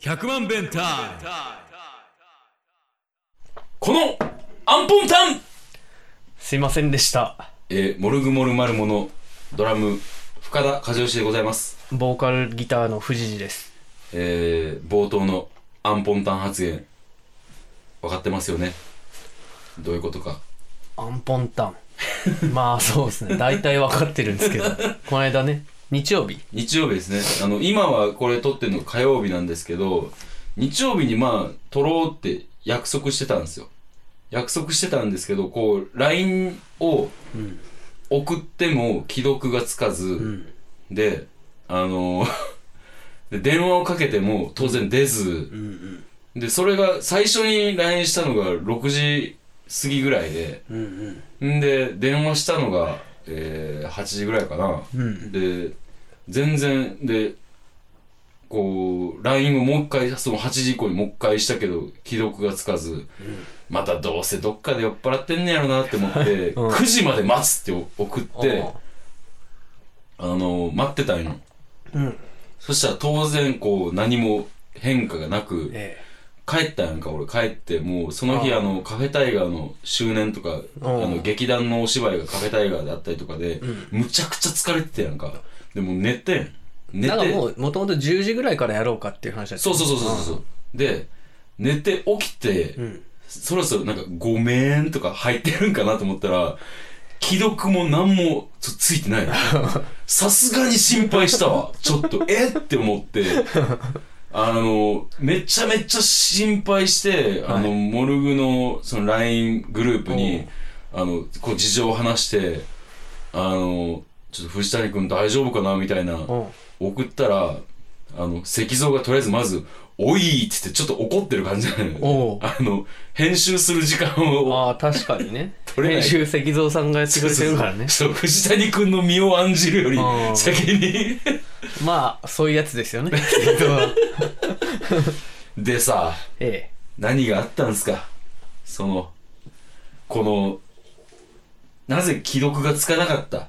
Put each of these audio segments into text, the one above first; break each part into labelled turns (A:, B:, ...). A: 100万弁タイム
B: このアンポンタン
C: すいませんでした
B: えー、モルグモルマルモのドラム深田和義でございます
C: ボーカルギターの藤次です
B: えー、冒頭のアンポンタン発言分かってますよねどういうことか
C: アンポン タンまあそうですね大体わかってるんですけどこの間ね日曜日
B: 日曜日ですねあの今はこれ撮ってるの火曜日なんですけど日曜日にまあ撮ろうって約束してたんですよ約束してたんですけどこう LINE を
C: ん
B: 送っても既読がつかず、
C: ん
B: であの で電話をかけても当然出ず、
C: うん
B: でそれが最初に LINE したのが6時過ぎぐらいで
C: うんうん
B: んで電話したのが、えー8時ぐらいかな、
C: うん
B: で全然でこう LINE をもう一回その8時以降にもう一回したけど既読がつかず、またどうせどっかで酔っ払ってんねやろなって思って、
C: うん
B: 9時まで待つって送っ
C: うん
B: てあの待ってたんよ
C: うん
B: そしたら当然こう何も変化がなく、
C: え
B: 帰ったやんか俺帰ってもうその日
C: あ
B: あ
C: あ
B: のカフェタイガーの周年とかあ
C: うん
B: の劇団のお芝居がカフェタイガーであったりとかで、むちゃくちゃ疲れてたやんかでもう寝てん
C: え
B: 寝
C: だから
B: て
C: もうもともと10時ぐらいからやろうかっていう話だった
B: そうそうそうそうそうで寝て起きて、
C: ん
B: そろそろなんか「ごめん」とか入ってるんかなと思ったら既読も何もつついて ないのさすがに心配したわちょっとえって思ってあのめちゃめちゃ心配して、あのモルグのその LINE グループにあのこう事情を話してあのちょっと藤谷君大丈夫かなみたいな、
C: うん
B: 送ったらあの石像がとりあえずまず「おい!」っつってちょっと怒ってる感じなのよ
C: おう
B: あの編集する時間を
C: ああ確かにね
B: 取れな
C: 練
B: い
C: 習石像さんがやってくれてるからね
B: そう藤谷君の身を案じるより
C: うん
B: 先に
C: まあそういうやつですよね石像は
B: でさ
C: え
B: 何があったんすかそのこのなぜ既読がつかなかった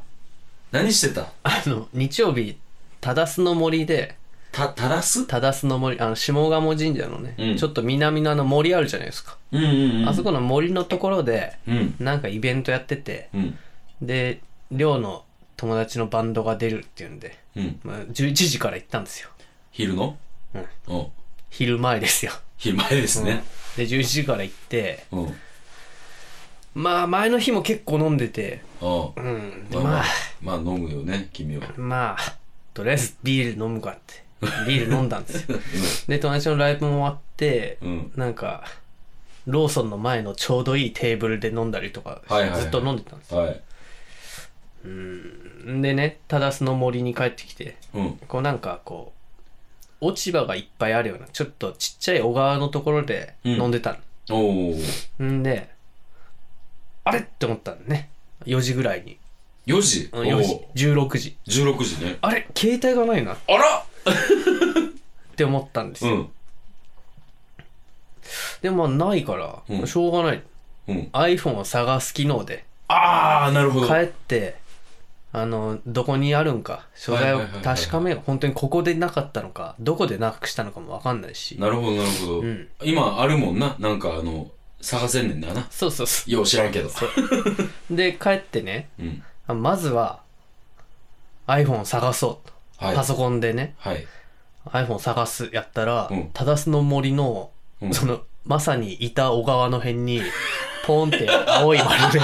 B: 何してた
C: えあの日曜日忠須の森で
B: た垂らす
C: 忠須の森あの下鴨神社のね、
B: うん
C: ちょっと南のあの森あるじゃないですか、
B: うんうんうん
C: あそこの森のところで
B: うん
C: なんかイベントやってて
B: うん
C: で寮の友達のバンドが出るっていうんで、
B: うん
C: まあ、11時から行ったんですよ
B: 昼の
C: うん
B: うん
C: 昼前ですよ
B: 昼前ですね
C: で11時から行って
B: うんうん
C: まあ前の日も結構飲んでてうんで
B: まあ
C: ま
B: ま
C: あ
B: あまあ飲むよね君は
C: まあとりあえずビール飲むかってビール飲んだん ですよで友達のライブも終わって、
B: うん
C: なんかローソンの前のちょうどいいテーブルで飲んだりとか、
B: はいはいはい
C: ずっと飲んでたんですよ
B: はい
C: でねただその森に帰ってきて
B: うん
C: こうなんかこう落ち葉がいっぱいあるようなちょっとちっちゃい小川のところで飲んでた
B: おお
C: の、んであれって思ったんね4時ぐらいに
B: 4時
C: うん4時
B: お
C: 16時
B: ー16時ね
C: あれ携帯がないなっ
B: あら
C: て思ったんです
B: う
C: よ、
B: ん
C: でもまあないから、
B: うん
C: しょうがない
B: うん
C: iPhone を探す機能で
B: ああなるほど
C: 帰ってあのどこにあるんか所在を
B: はいはいはいはい
C: 確かめよう本当にここでなかったのかどこでなくしたのかも分かんないし
B: なるほどなるほど、
C: うん
B: 今あるもんななんかあの探せんねんだな
C: そうそうそ
B: よう知らんけど
C: うで帰ってね
B: うん
C: あまずは iPhone を探そうと、
B: はい
C: パソコンでね
B: はい
C: iPhone を探すやったら
B: うん
C: 「ただすの森の」
B: うん
C: そのまさにいた小川の辺にポンって青い 丸で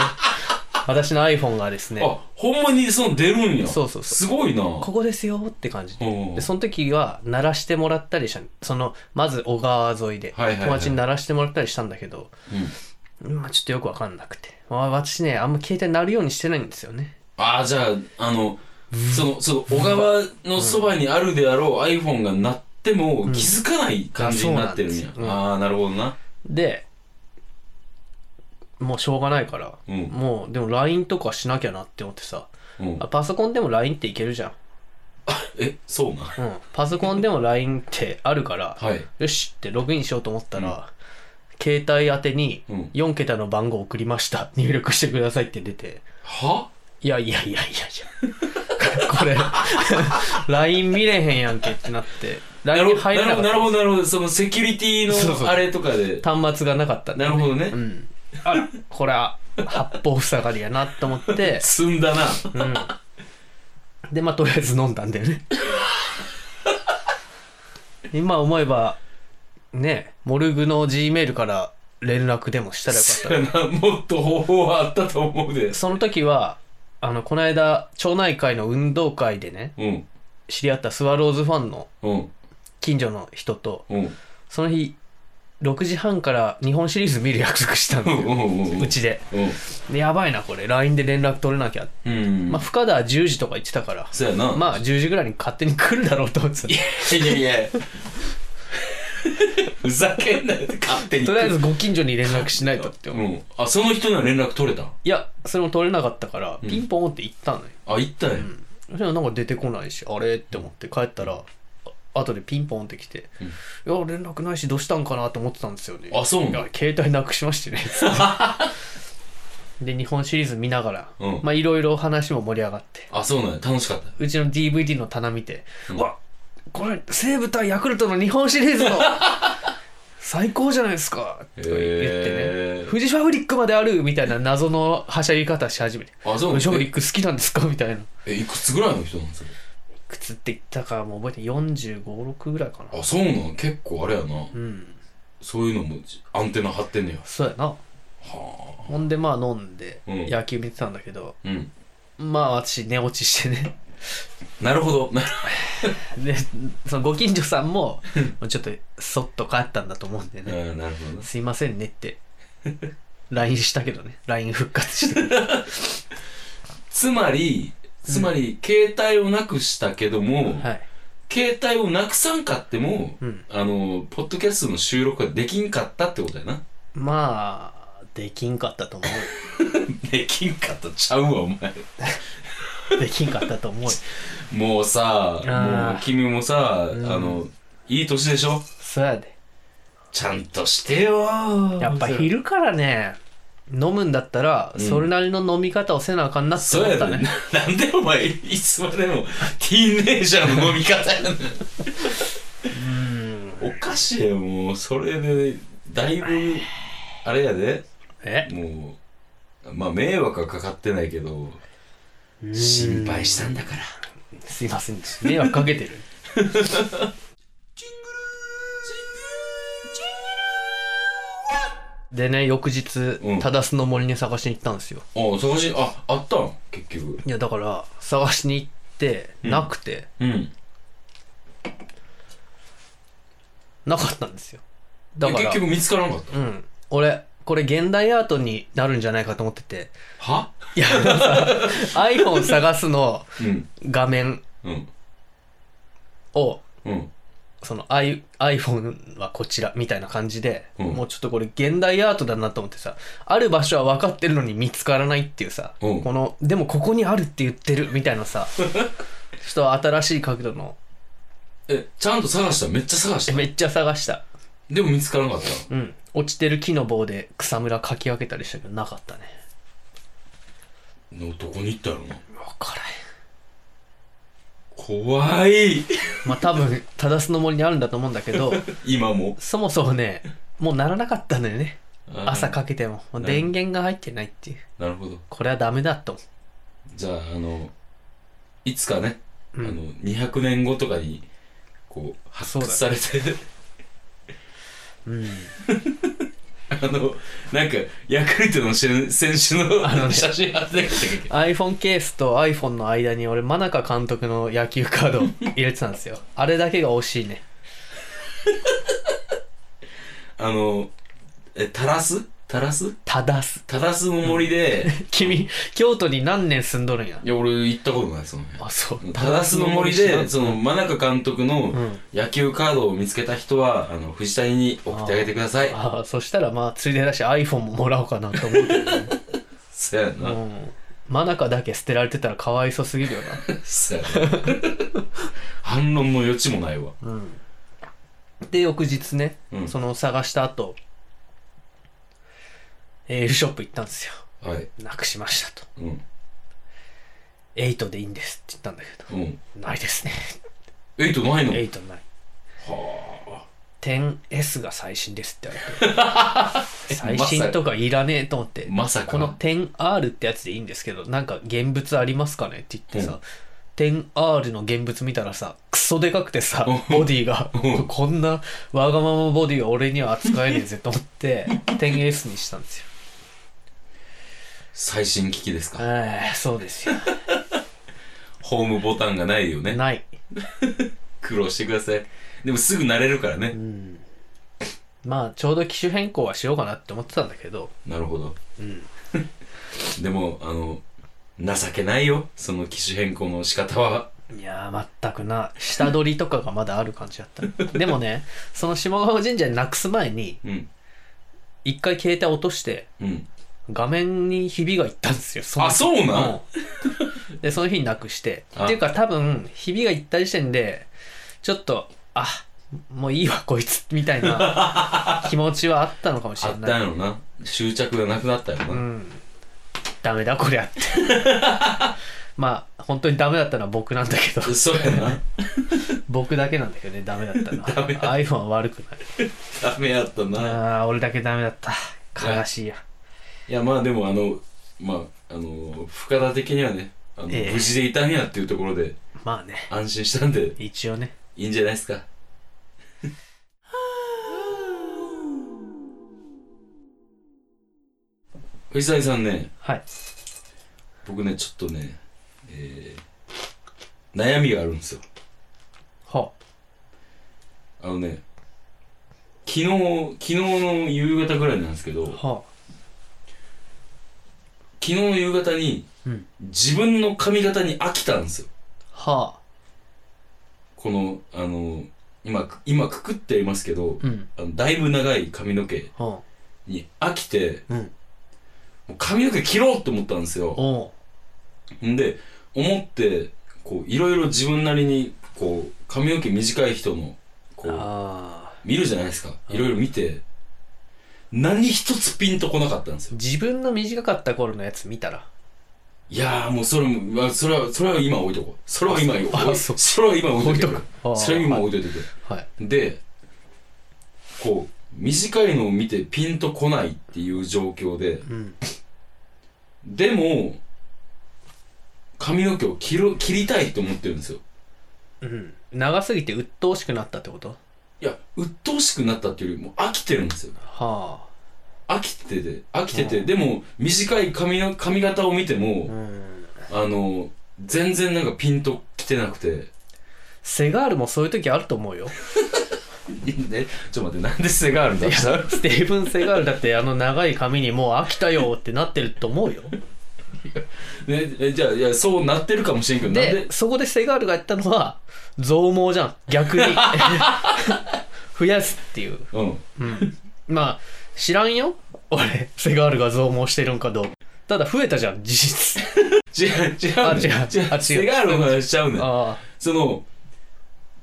C: 私の iPhone がですね
B: あほんまにその出るんや
C: そうそうそ
B: す
C: う
B: ごいな
C: ここですよって感じで
B: おうおう
C: でその時は鳴らしてもらったりしたそのまず小川沿いで
B: はいはいはい
C: 友達に鳴らしてもらったりしたんだけど、
B: うん
C: まあ、ちょっとよくわかんなくてわ私ねあんま携帯鳴るようにしてないんですよね
B: ああじゃああのそのその小川のそばにあるであろう iPhone が鳴っても気づかない感じになってるんや
C: あ、そうなんですようん
B: ああなるほどな
C: でもうしょうがないから、
B: うん
C: もうでも LINE とかしなきゃなって思ってさ
B: うん
C: あパソコンでも LINE っていけるじゃ
B: えそうなん
C: ん、うん、パソコンでも LINE ってあるから、
B: はい
C: よしってログインしようと思ったら、携帯宛てに
B: うん
C: 4桁の番号送りました 入力してくださいって出て
B: はい
C: やいや いやいやいやこれ LINE 見れへんやんけってなって
B: な
C: LINE
B: る
C: に
B: ほ
C: 入
B: ど
C: れな
B: な
C: かっ
B: るほどなるほどそのセキュリテ
C: そう
B: ィ
C: そう
B: のあれとかで
C: た端末がなかったんで
B: なるほどね
C: うんあらこれは八方塞がりやなと思って
B: 積んだな
C: うんでまあとりあえず飲んだんだよね今思えばねモルグの G メールから連絡でもしたらよかった
B: そやなもっと方法はあったと思うで
C: その時はあのこの間町内会の運動会でね
B: うん
C: 知り合ったスワローズファンの
B: うん
C: 近所の人と
B: うん
C: その日6時半から日本シリーズ見る約束した
B: う
C: んで
B: んうんうんうん
C: うちで
B: うん
C: でやばいなこれ LINE で連絡取れなきゃ、
B: うん
C: まあ深田は10時とか言ってたから
B: そうやな
C: まあ10時ぐらいに勝手に来るだろうと思ってた
B: いやいやい やふざけんなよって勝手に
C: とりあえずご近所に連絡しないとって
B: う
C: 思う。
B: んあその人には連絡取れた
C: いや、それも取れなかったから、ピンポンって行ったのよ。
B: あ行ったね
C: そしたらなんか出てこないし、あれって思って帰ったら、あ後でピンポンって来て、いや、連絡ないし、どうしたんかなと思ってたんですよね。
B: あそうなん
C: い
B: だ
C: や、携帯なくしましてね。つって で、日本シリーズ見ながら、
B: うん
C: まあ、いろいろ話も盛り上がって、
B: あそうなんや楽しかった
C: うちの DVD の棚見て、
B: う
C: うんわこれ、西武対ヤクルトの日本シリーズの 最高じゃないですかとか言ってね、
B: へー
C: フジファブリックまであるみたいな謎のはしゃぎ方し始めて、
B: あそう
C: フ
B: なん
C: ジファブリ
B: や
C: ック好きなんですかみたいな。い
B: えいくつぐらいの人なんですか
C: くつって言ったかもう覚えて45、6ぐらいかな。
B: あそうなん結構あれやな
C: うん、
B: そういうのもアンテナ張ってんねや
C: そうやな。
B: は
C: ほんで、まあ飲んで、
B: うん
C: 野球見てたんだけど、
B: あうん
C: まあ私、寝落ちしてね。
B: なるほ ど
C: で、そのご近所さんも、もうちょっとそっと帰ったんだと思うんで
B: う
C: ね。
B: んなるほどな
C: すいませんねって LINE したけどね LINE 復活して
B: つまりつまり携帯をなくしたけども、
C: はい
B: 携帯をなくさんかっても、
C: うん
B: あのポッドキャストの収録ができんかったってことやな
C: まあできんかったと思
B: できんかったちゃうわお前
C: うできんかったと 思う
B: もうさ
C: ー
B: もう君もさ、
C: うん
B: あのいい年でしょ
C: そうやで
B: ちゃんとしてよー
C: やっぱ昼からね飲むんだったら
B: ん
C: それなりの飲み方をせなあかんなって
B: そう
C: 思
B: や
C: った
B: で、
C: ね
B: ね、、 なんでお前いつまでもティーンエイジャーの飲み方やねん
C: うん
B: おかしいよもうそれでだいぶあれやで
C: え
B: もうまあ迷惑はかかってないけど
C: うん
B: 心配したんだから
C: すいませんでした迷惑かけて るでね翌日
B: うん
C: 忠須の森に探しに行ったんですよ
B: あ探しああったん結局
C: いやだから探しに行って
B: うん
C: なくて、
B: うん
C: なかったんですよだ
B: だ
C: から
B: 結局見つからなかった
C: うん俺これ現代アートになるんじゃないかと思ってて
B: はい
C: やさ iPhone 探すの
B: うん
C: 画面
B: うん
C: を
B: うん
C: その I iPhone はこちらみたいな感じで、
B: うん
C: もうちょっとこれ現代アートだなと思ってさある場所は分かってるのに見つからないっていうさ、
B: うん
C: このでもここにあるって言ってるみたいな さちょっと新しい角度の
B: えちゃんと探しためっちゃ探した
C: めっちゃ探した
B: でも見つからなかった
C: うん、落ちてる木の棒で草むらかき分けたりしたけどなかったね
B: のどこに行ったの
C: 分からへ
B: 怖い
C: んまあ多分忠須の森にあるんだと思うんだけど
B: 今も
C: そもそもねもうならなかったんだよね朝かけてももう
B: ね
C: 電源が入ってないっていう
B: なるほど
C: これはダメだと思
B: じゃああのいつかね、
C: う、うん
B: あの200年後とかにこう発掘されて、
C: うん、
B: あのなんかヤクルトの選選手の
C: あのね
B: 写真貼ってきたっけ
C: iPhone ケースと iPhone の間に俺真中監督の野球カ ードを入れてたんですよあれだけが惜しいね
B: あのえタラスタラス
C: 忠須
B: タラスの森で、
C: 君京都に何年住んどるんや
B: いや俺行ったことないその辺
C: あそう
B: タラスの森でその真中監督の
C: うん
B: 野球カードを見つけた人はあの藤谷に送ってあげてください
C: ああそしたらまあついでだし iPhone ももらおうかなと思うけ どね
B: そや
C: う
B: な、
C: ん真中だけ捨てられてたらかわいそすぎるよ
B: そやな 反論の余地もないわ
C: な、うん、で翌日ね、
B: うん
C: その探した後エールショップ行ったんですよ
B: はい
C: なくしましたと
B: うん
C: 8でいいんですって言ったんだけ
B: うん
C: どないですね
B: エイトないの
C: 8ない 10S が最新ですって言われて
B: えまさ
C: 最
B: か
C: 新とかいらねえと思って、
B: まさか
C: この 10R ってやつでいいんですけどなんか現物ありますかねって言ってさ、10R の現物見たらさクソでかくてさボディが
B: うん
C: こんなわがままボディが俺には扱えねえぜと思って 10S にした んですよ
B: 最新機器ですか
C: ええそうですよ
B: ホームボタンがないよね
C: ない、
B: 苦労してくださいでもすぐ慣れるから
C: う
B: ね
C: ん、まあちょうど機種変更はしようかなって思ってたんだけど
B: なるほど
C: うん
B: でもあの情けないよその機種変更の仕方はい
C: やー全くな下取りとかがまだある感じだった でもねその下鴨神社になくす前に
B: うん
C: 一回携帯落として
B: うん
C: 画面にひびがいったんですよその
B: あそうなん
C: うんでその日になくして
B: あ
C: っていうか多分ひびがいった時点でちょっとあもういいわこいつみたいな 気持ちはあったのかもし
B: あ
C: れ
B: った
C: ない
B: んやろな執着がなくなったよな、
C: うんダメだこりゃって まあ本当にダメだったのは僕なんだけど
B: そうやな
C: 僕だけなんだけどねダメだったの は
B: ダメだ
C: iPhone は悪くない
B: ダメやったな
C: ああ俺だけダメだった悲しいや
B: いやまあでもあのまああの深田的にはねあの、
C: ええ
B: 無事でいたんやっていうところで
C: まあね
B: 安心したんで
C: 一応ね
B: いいんじゃないですか 藤谷さんね
C: はい
B: 僕ねちょっとね、えー悩みがあるんですよ
C: は
B: あのね昨日昨日の夕方ぐらいなんですけど
C: あ
B: 昨
C: は
B: 日の夕方に
C: あうん
B: 自分の髪型に飽きたんですよ
C: はあ
B: このあの今く今くくっていますけど
C: うん
B: あのだいぶ長い髪の毛
C: は
B: に飽きて
C: あうん
B: もう髪の毛切ろうと思ったんですよ
C: おうん
B: で思ってこういろいろ自分なりにこう髪の毛短い人のこう
C: ああ
B: 見るじゃないですか
C: うん
B: いろいろ見て何一つピンとこなかったんですよ
C: 自分の短かった頃のやつ見たら
B: いやーもうそれもあそれはそれは今置いとこうそれは今
C: あ
B: 置い
C: そ う
B: それは今置いと
C: 置
B: く
C: いとく
B: それは今置いといてくれ
C: はい
B: でこう短いのを見てピンとこないっていう状況で
C: うん
B: でも髪の毛を切る切りたいと思ってるんですよ
C: うん長すぎて鬱陶しくなったってこと
B: いや鬱陶しくなったっていうよりも飽きてるんですよ
C: は
B: 飽きてて飽きてて、
C: うん
B: でも短い髪の髪型を見て
C: あう
B: も、
C: ん
B: あの全然なんかピンときてなくて
C: セガールもそういう時あると思うよ
B: えちょっと待ってなんで背があるんだ
C: スティーブン・セガールだってあの長い髪にもう飽きたよってなってると思うよ
B: ねえじゃあいやそうなってるかもしれんけどなん
C: で
B: で
C: そこでセガールがやったのは増毛じゃん逆 に増やすっていう、
B: うん
C: うん、まあ知らんよ俺セガールが増毛してるんかどうかただ増えたじゃん事実
B: 違う違う
C: あ
B: ね
C: 違うあ違う
B: セガールの話しちゃうねん
C: あ
B: その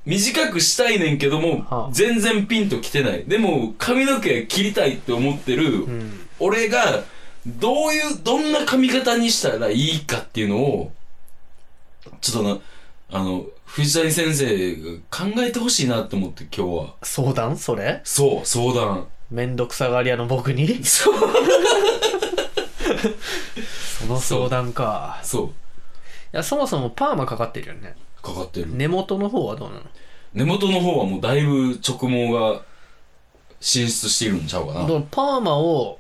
B: 短くしたいねんけども、
C: はあ
B: 全然ピンときてないでも髪の毛切りたいって思ってる、
C: あうん
B: 俺がどういうどんな髪型にしたらいいかっていうのをちょっとなあの藤谷先生が考えてほしいなと思って今日は
C: 相談それ
B: そう相談
C: めんどくさがり屋の僕に
B: そう
C: その相談か
B: そ
C: いやそもそもパーマかかってるよね
B: うかかってる
C: 根元の方はどうなの
B: 根元の方はもうだいぶ直毛が進出しているんちゃうかな
C: だからパーマを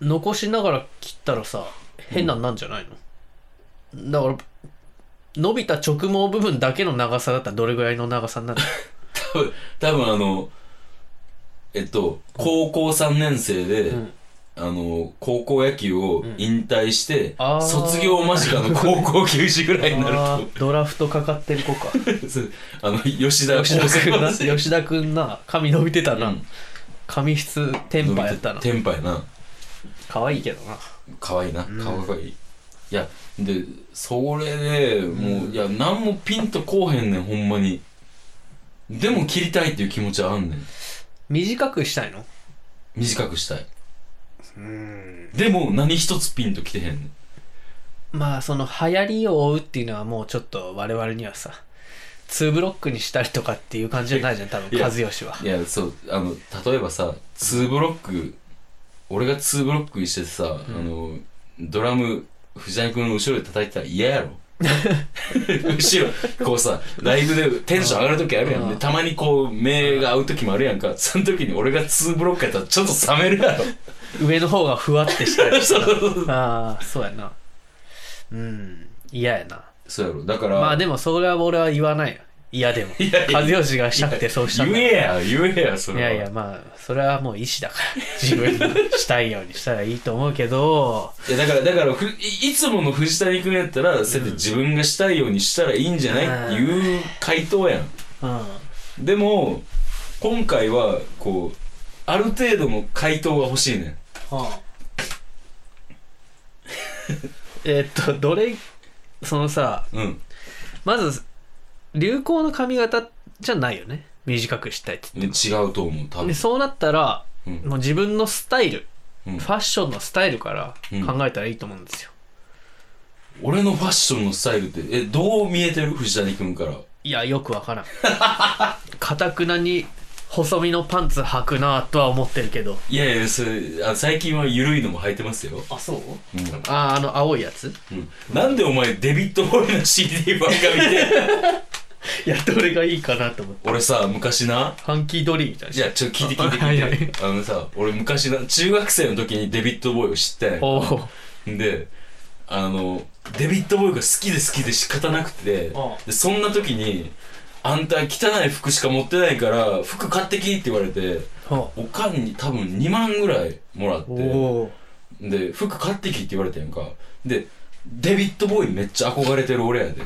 C: 残しながら切ったらさ変なんなんじゃないの、だから伸びた直毛部分だけの長さだったらどれぐらいの長さになる
B: 多分あのえっと高校3年生で、
C: うん
B: あの高校野球を引退して、
C: あー
B: 卒業間近の高校球児ぐらいに なる
C: あードラフトかかってる 子か
B: とそうあの吉田
C: 吉田君な
B: 吉
C: 吉田君な髪伸びてた
B: 田
C: な、
B: うん
C: 髪質テンパやったな
B: テンパやな
C: 可愛いけどな
B: 可愛いな
C: うん
B: 顔が可愛い、いやでそれでもう、
C: うん
B: いや何もピンとこうへんねんほんまにでも切りたいっていう気持ちはあんねん
C: 短くしたいの
B: 短くしたい
C: うん
B: でも何一つピンときてへんねん
C: まあその流行りを追うっていうのはもうちょっと我々にはさ2ブロックにしたりとかっていう感じじゃないじゃん、多
B: い
C: 分、
B: や
C: 和義は。
B: いやそうあの例えばさ2ブロック俺が2ブロックにしててさ、
C: う
B: あ
C: ん
B: のドラム藤谷君の後ろで叩いてたら嫌や ろ後ろこうさライブでテンション上がる時あるやん、
C: うん
B: でたまにこう目が合う時もあるやんかその時に俺が2ブロックやったらちょっと冷めるや ろ
C: 上の方がふわってしたり
B: そうそうそう
C: ああ、そうやな。うん、嫌やな。
B: そうやろだから、
C: まあでも、それは俺は言わないよ。嫌 でも。和義がしたくてそうしたん
B: 言
C: だ
B: えや言えやそ
C: い
B: れは
C: やいや、まあ、それはもう意思だ から。自分のしたいようにしたらいいと思うけど、
B: いやだからだからふいいつもの藤谷君やったら、そうやって自分がしたいようにしたらいいんじゃないっていう回答やん
C: うん。
B: でも今回はこうある程度の回答が欲しいねん
C: えっと、どれ、そのさ、
B: うん
C: まず、流行の髪型じゃないよね。短くしたいって。
B: で違うと思う多
C: で
B: 分
C: そうなったら、
B: うん
C: もう自分のスタイル、
B: うん
C: ファッションのスタイルから
B: うん
C: 考えたらいいと思うんですよ。
B: 俺のファッションのスタイルってえどう見えてる藤谷君から
C: いや、よくわからん。 かたくなに細身のパンツ履くなとは思ってるけど。
B: いやいやそれあ最近は緩いのも履いてますよ、
C: あ、そう
B: うん
C: あー、あの青いやつ
B: うん、なんでお前デビッド・ボーイの CD ばっか見て
C: いや、どれがいいかなと思って。
B: 俺さ昔な
C: ハンキードリーみたいな。
B: じゃあちょっと聞いて聞いて
C: あはいは
B: 聞い
C: い
B: てあのさ俺昔な中学生の時にデビッド・ボーイを知ったやん
C: おお。
B: であのデビッド・ボーイが好きで好きで仕方なくて
C: あ
B: でそんな時に「あんた汚い服しか持ってないから服買ってき」って言われて
C: お
B: おかんに多分2万ぐらいもらって
C: お。
B: で服買ってきって言われてんかでデビッド・ボーイめっちゃ憧れてる俺やで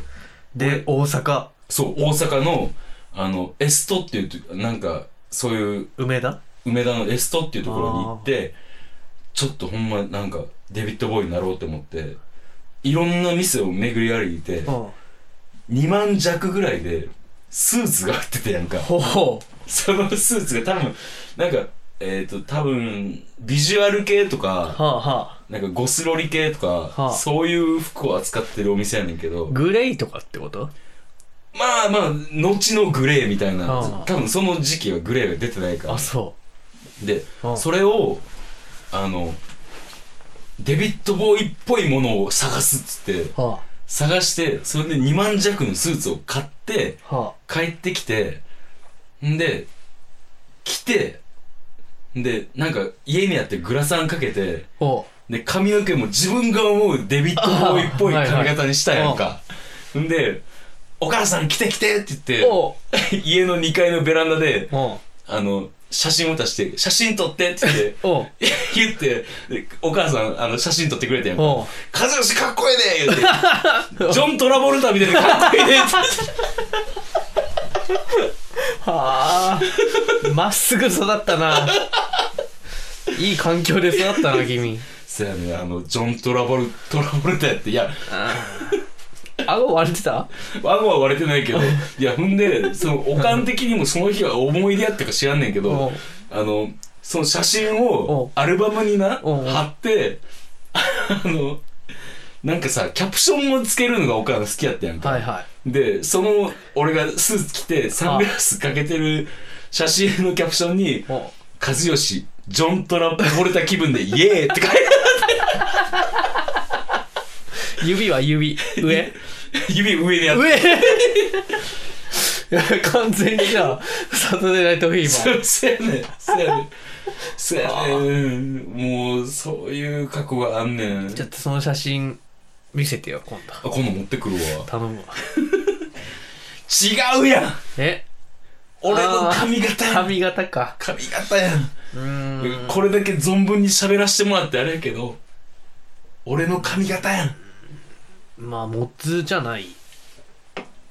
C: で、大阪、
B: そう大阪のあのエストっていうとなんかそういう
C: 梅田
B: 梅田のエストっていうところに行ってちょっとほんまなんかデビッド・ボーイになろうと思っていろんな店を巡り歩いて
C: お
B: 2万弱ぐらいでスーツが売ってたやんか
C: お。
B: そのスーツが多分なんかえっ、と多分ビジュアル系と
C: は
B: か
C: あはあ。
B: なんかゴスロリ系とか、
C: はあ
B: そういう服を扱ってるお店やねんけど
C: グレイとかってこと
B: まあまあ後のグレーみたいな、
C: はあ
B: 多分その時期はグレーが出てないから
C: あ、そ
B: で
C: う。うん
B: それをあのデビッド・ボーイっぽいものを探すっつって
C: は
B: 探してそれで2万弱のスーツを買って
C: あ。は
B: 帰ってきてんで着てんでなんか家にあってグラサンかけて
C: あ。お
B: で髪の毛も自分が思うデビッド・ボーイっぽい
C: あはいはい
B: 髪型にしたやん かんで「お母さん来て来て」って言
C: お
B: って 家の2階のベランダで
C: お
B: あの写真を出して「写真撮って」って言って。
C: お
B: 言って、でお母さん、あの、写真撮ってくれてん。
C: お
B: 和義かっこええね言うて、 ジョン・トラボルタみたいでかっこいいねって。
C: はあ。まっすぐ育ったな。いい環境で育ったな、君。
B: そやね、あの、ジョン・トラボル、トラボルタやって、いや、
C: 顎割れてた
B: 顎は割れてないけど、いや、ほんで、その、おかん的にもその日は思い出やったか知らんねんけ
C: お
B: ど、あの、その写真を
C: お
B: アルバムにな、
C: お
B: 貼って、あの、なんかさ、キャプションもつけるのがおかん好きやったやんか。
C: はいはい。
B: で、その、俺がスーツ着て、サングラスかけてる写真のキャプションに、
C: お
B: 和義、ジョン・トラボルタ気 分で、イエーイって書い
C: 指は指。上
B: て、指上にやって。
C: 上いや完全にじゃあ、サタデーナイトフィーバー。
B: そうやねん。そうやねん。そうやねんうん。もう、そういう過去があんねん。
C: ちょ
B: あ
C: っとその写真見せてよ、今度。
B: 今度持ってくるわ。
C: 頼むわ。
B: 違うやん
C: え
B: 俺の髪型やん
C: 髪型か。
B: 髪型やん。
C: うーん。
B: これだけ存分に喋らせてもらってあれやけど、俺の髪型やん。
C: まあ、モッズじゃない。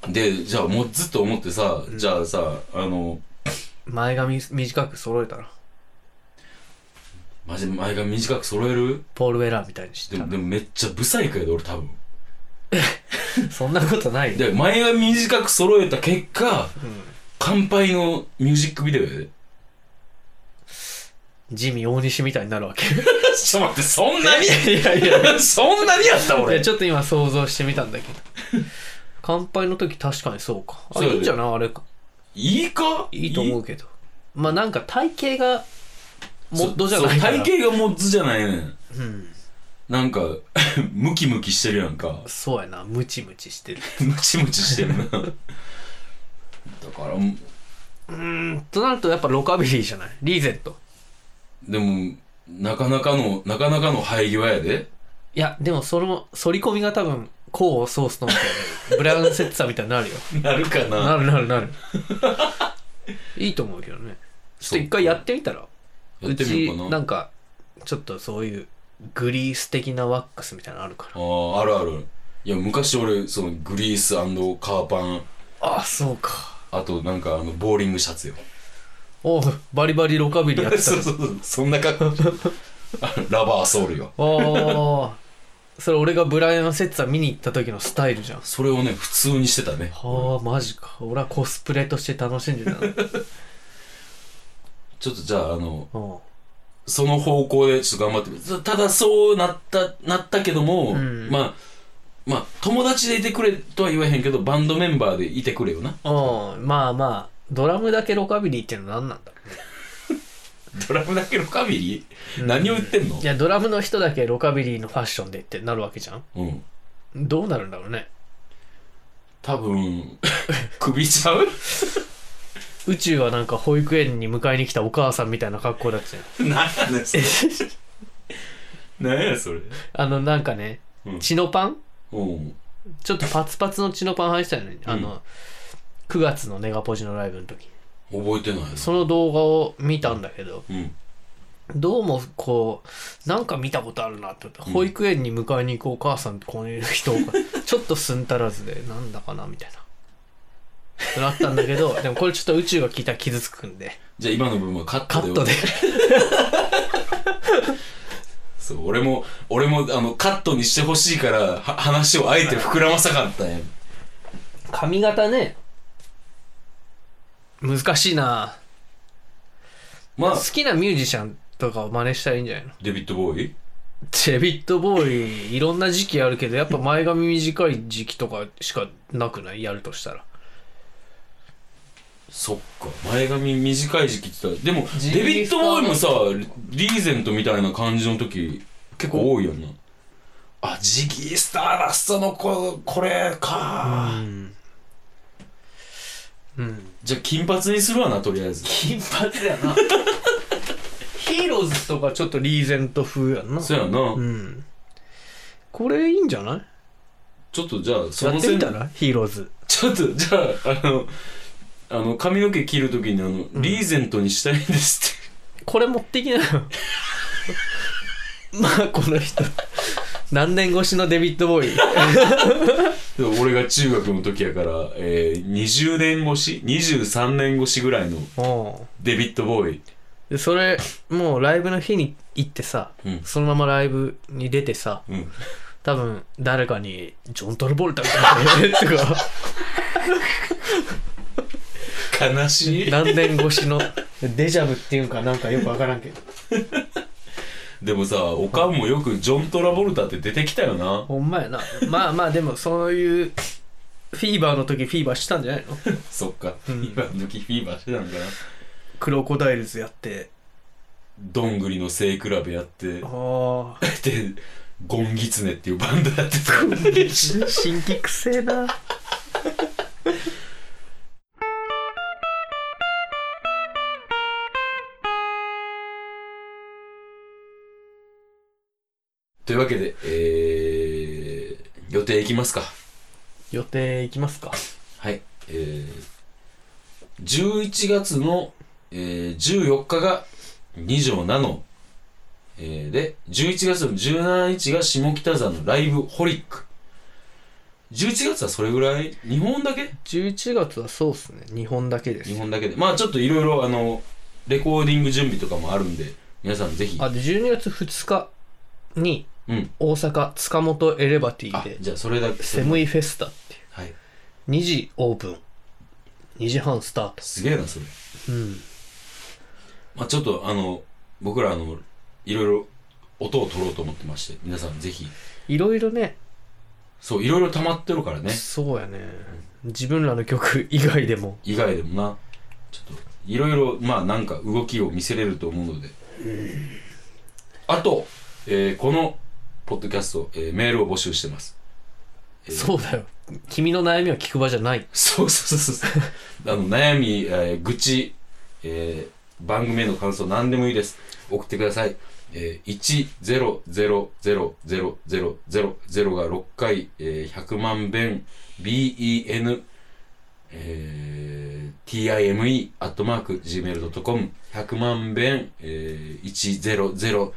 B: で、じゃあもうずっと思ってさ、じゃあさ、あの、
C: 前髪短く揃えたら。
B: マジ前髪短く揃える
C: ポール・ウェラーみたいにし
B: で
C: た
B: もでもめっちゃブサイクやで俺多分。
C: そんなことないよ。
B: で、前髪短く揃えた結果、乾杯のミュージックビデオやで。
C: ジミー大西みたいになるわけ。
B: ちょっと待って、そんなに
C: いやいやい や。
B: そんなにやった
C: いやちょっと今想像してみたんだけど。乾杯の時確かにそうか。あ、
B: そうだ
C: い
B: ね
C: いんじゃないあれか。
B: いいか
C: いいと思うけど。まあなんか体型が、モッドじゃ
B: そう
C: ないから。
B: 体型がモッドじゃないねん
C: うん。
B: なんか ムキムキしてるやんか
C: そうやな。ムチムチしてる。
B: ムチムチして るなだから
C: うーん。となるとやっぱロカビリーじゃないリーゼント。
B: でもなかなかのなかなかの生え際やで
C: いや、でもその、反り込みが多分、こうソースとみたいな。ブラウンセッツァーみたいに なるよ。
B: なるか
C: なるなるなる。いいと思うけどね。ちょっと一回やってみたら。
B: やってみようか
C: ち
B: な
C: なんか、ちょっとそういう、グリース的なワックスみたいなのあるから。
B: あああるあるいや昔俺そのグリースカーパン
C: ああ、そうか。
B: あとなんかあのボーリングシャツよ
C: おうバリバリロカビリーやって た
B: そうそうそうそんな格好あ ラバーソールよ
C: おーそれ俺がブライアン・セッツァー見に行った時のスタイルじゃん
B: それをね普通にしてたね
C: はあマジか俺はコスプレとして楽し んでたな
B: ちょっとじゃああの
C: お
B: その方向でちょっと頑張ってみるたただそうなったなったけども、
C: うん
B: まあまあ友達でいてくれとは言わへんけどバンドメンバーでいてくれよな
C: うおうまあまあドラムだけロカビリーっていうのは何なんだろ
B: ドラムだけのカビリ
C: う、ね、
B: 何を言ってんの
C: いやドラムの人だけロカビリーのファッションでってなるわけじゃん
B: うん
C: どうなるんだろうね
B: 多分 首ちゃう
C: 宇宙はなんか保育園に迎えに来たお母さんみたいな格好だったじゃん
B: 何やねんそれ何やそれ
C: あのなんかね
B: うん
C: 血のパン
B: うん
C: ちょっとパツパツの血のパン履いてたよね、あ
B: う
C: の9月のネガポジのライブの時
B: 覚えてないな
C: その動画を見たんだけど、
B: うん
C: どうもこう、なんか見たことあるなって思って、
B: うん
C: 保育園に迎えに行くお母さんこういう 人、ちょっとすんたらずで、なんだかなみたいな。ってなったんだけど、でもこれちょっと宇宙が聞いたら傷つくんで、
B: じゃあ今の部分はカッ
C: カ
B: トで
C: ットで。
B: そう俺も俺もあのカットにしてほしいからは話をあえて膨らまさかったんや
C: 髪型ね、難しいな
B: まあ
C: 好きなミュージシャンとかを真似したらいいんじゃないの
B: デビッド・ボーイ
C: デビッド・ボーイいろんな時期あるけどやっぱ前髪短い時期とかしかなくないやるとしたら
B: そっか前髪短い時期って言ったらでも
C: ジー
B: デビッド・ボーイもさリーゼントみたいな感じの時結構多いよなあジギースターラストの子これか、
C: うん、うん、
B: じゃあ金髪にするわなとりあえず
C: 金髪だよ なヒーローズとかちょっとリーゼント風やんな
B: そうやな、
C: うんこれいいんじゃない
B: ちょっとじゃあそ
C: や
B: の
C: って
B: 線
C: みたらヒーローズ
B: ちょっとじゃああのあの髪の毛切る時にあの、
C: ん
B: リーゼントにしたいんですって
C: これ持ってきなよ まあこの人何年越しのデビッド・ボーイ
B: でも俺が中学の時やから、えー、20年越し23年越しぐらいの
C: お う
B: デビッド・ボーイ
C: でそれもうライブの日に行ってさ、
B: うん
C: そのままライブに出てさ
B: うん
C: 多分誰かに「ジョン・トルボルタみたいな」とか
B: 悲しい
C: 何年越しのデジャブっていうんかなんかよくわからんけど
B: でもさおかんもよくジョン・トラボルタって出てきたよな
C: ほんまやなまあまあでもそういうフィーバーの時フィーバーしたんじゃないの
B: そっか、
C: うん
B: 今の時フィーバーしてたんかな
C: クロコダイルズやって
B: どんぐりの背比べやって
C: ああ
B: でゴンギツネっていうバンドやってた
C: 新規くせえな
B: というわけでえー、予定いきますか
C: 予定いきますか
B: はいえー、11月の、えー、14日が2条なの、えー、で11月の17日が下北沢のライブホリック11月はそれぐらい日本だけ
C: 11月はそうっすね日本だけで
B: 日
C: す
B: 本だけでまあちょっといろいろあのレコーディング準備とかもあるんで皆さんぜひ
C: あで12月2日に
B: うん
C: 大阪塚本エレバティ
B: あ
C: で
B: じゃあそれだけ
C: セムイフェスタってい
B: はい、
C: う2時オープン2時半スタート
B: すげえなそれ
C: うん
B: まあちょっとあの僕らあのいろいろ音を取ろうと思ってまして皆さんぜひ
C: いろいろね
B: そういろいろ溜まってるからね
C: そうやね自分らの曲以外でも
B: 以外でもなちょっといろいろまあなんか動きを見せれると思うので、あと、えーこのポッドキャスト、えーメールを募集してますえー
C: そうだよ君の悩みは聞く場じゃない
B: そうそうそうそうあの悩み、えー愚痴、えー番組への感想何でもいいです送ってください、えー、1000000が6回、えー100万遍 ben えー time アットマーク gmail.com 100万遍、えー、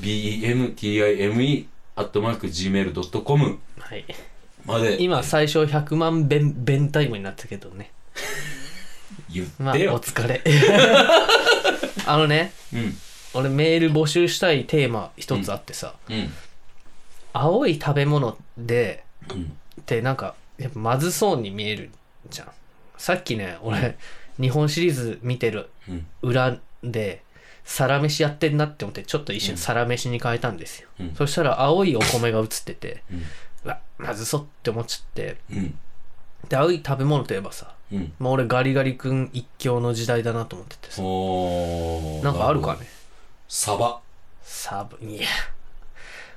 B: 1000000bem time アットマーク gmail.com
C: はい
B: まで
C: 今最初100万弁弁タイムになったけどね
B: 言っ
C: まあお
B: てよ、
C: 疲れ あのね
B: うん
C: 俺メール募集したいテーマ一つあってさ、
B: うん
C: 青い食べ物で
B: うん
C: ってなんかやっぱまずそうに見えるじゃんさっきね俺日本シリーズ見てる
B: うん
C: 裏でサラメシやってんなって思ってちょっと一瞬サラメシに変えたんですよ、
B: うん
C: そしたら青いお米が映ってて、
B: うん
C: うわまずそうって思っちゃって
B: うん
C: で青い食べ物といえばさ
B: うん
C: もう俺ガリガリ君一強の時代だなと思っててさ
B: おー
C: なんかあるかね
B: サバ
C: サブいや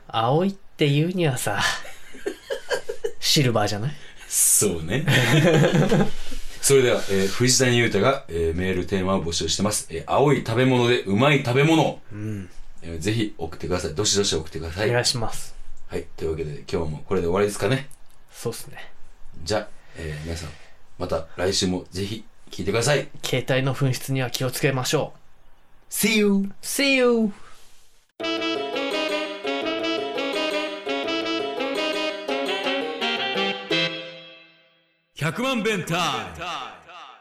C: 青いって言うには さシルバーじゃない
B: そうね それでは、えー藤谷裕太が、えーメールテーマを募集してます、えー青い食べ物でうまい食べ物、
C: うん
B: えーぜひ送ってくださいどしどし送ってくださ
C: お
B: い
C: 願
B: はい
C: します
B: いというわけで今日もこれで終わりですかね
C: そうっすね
B: じゃあ、えー皆さんまた来週もぜひ聞いてください
C: 携帯の紛失には気をつけましょう
B: See you!
C: See you!
A: Hyakuman Bentai.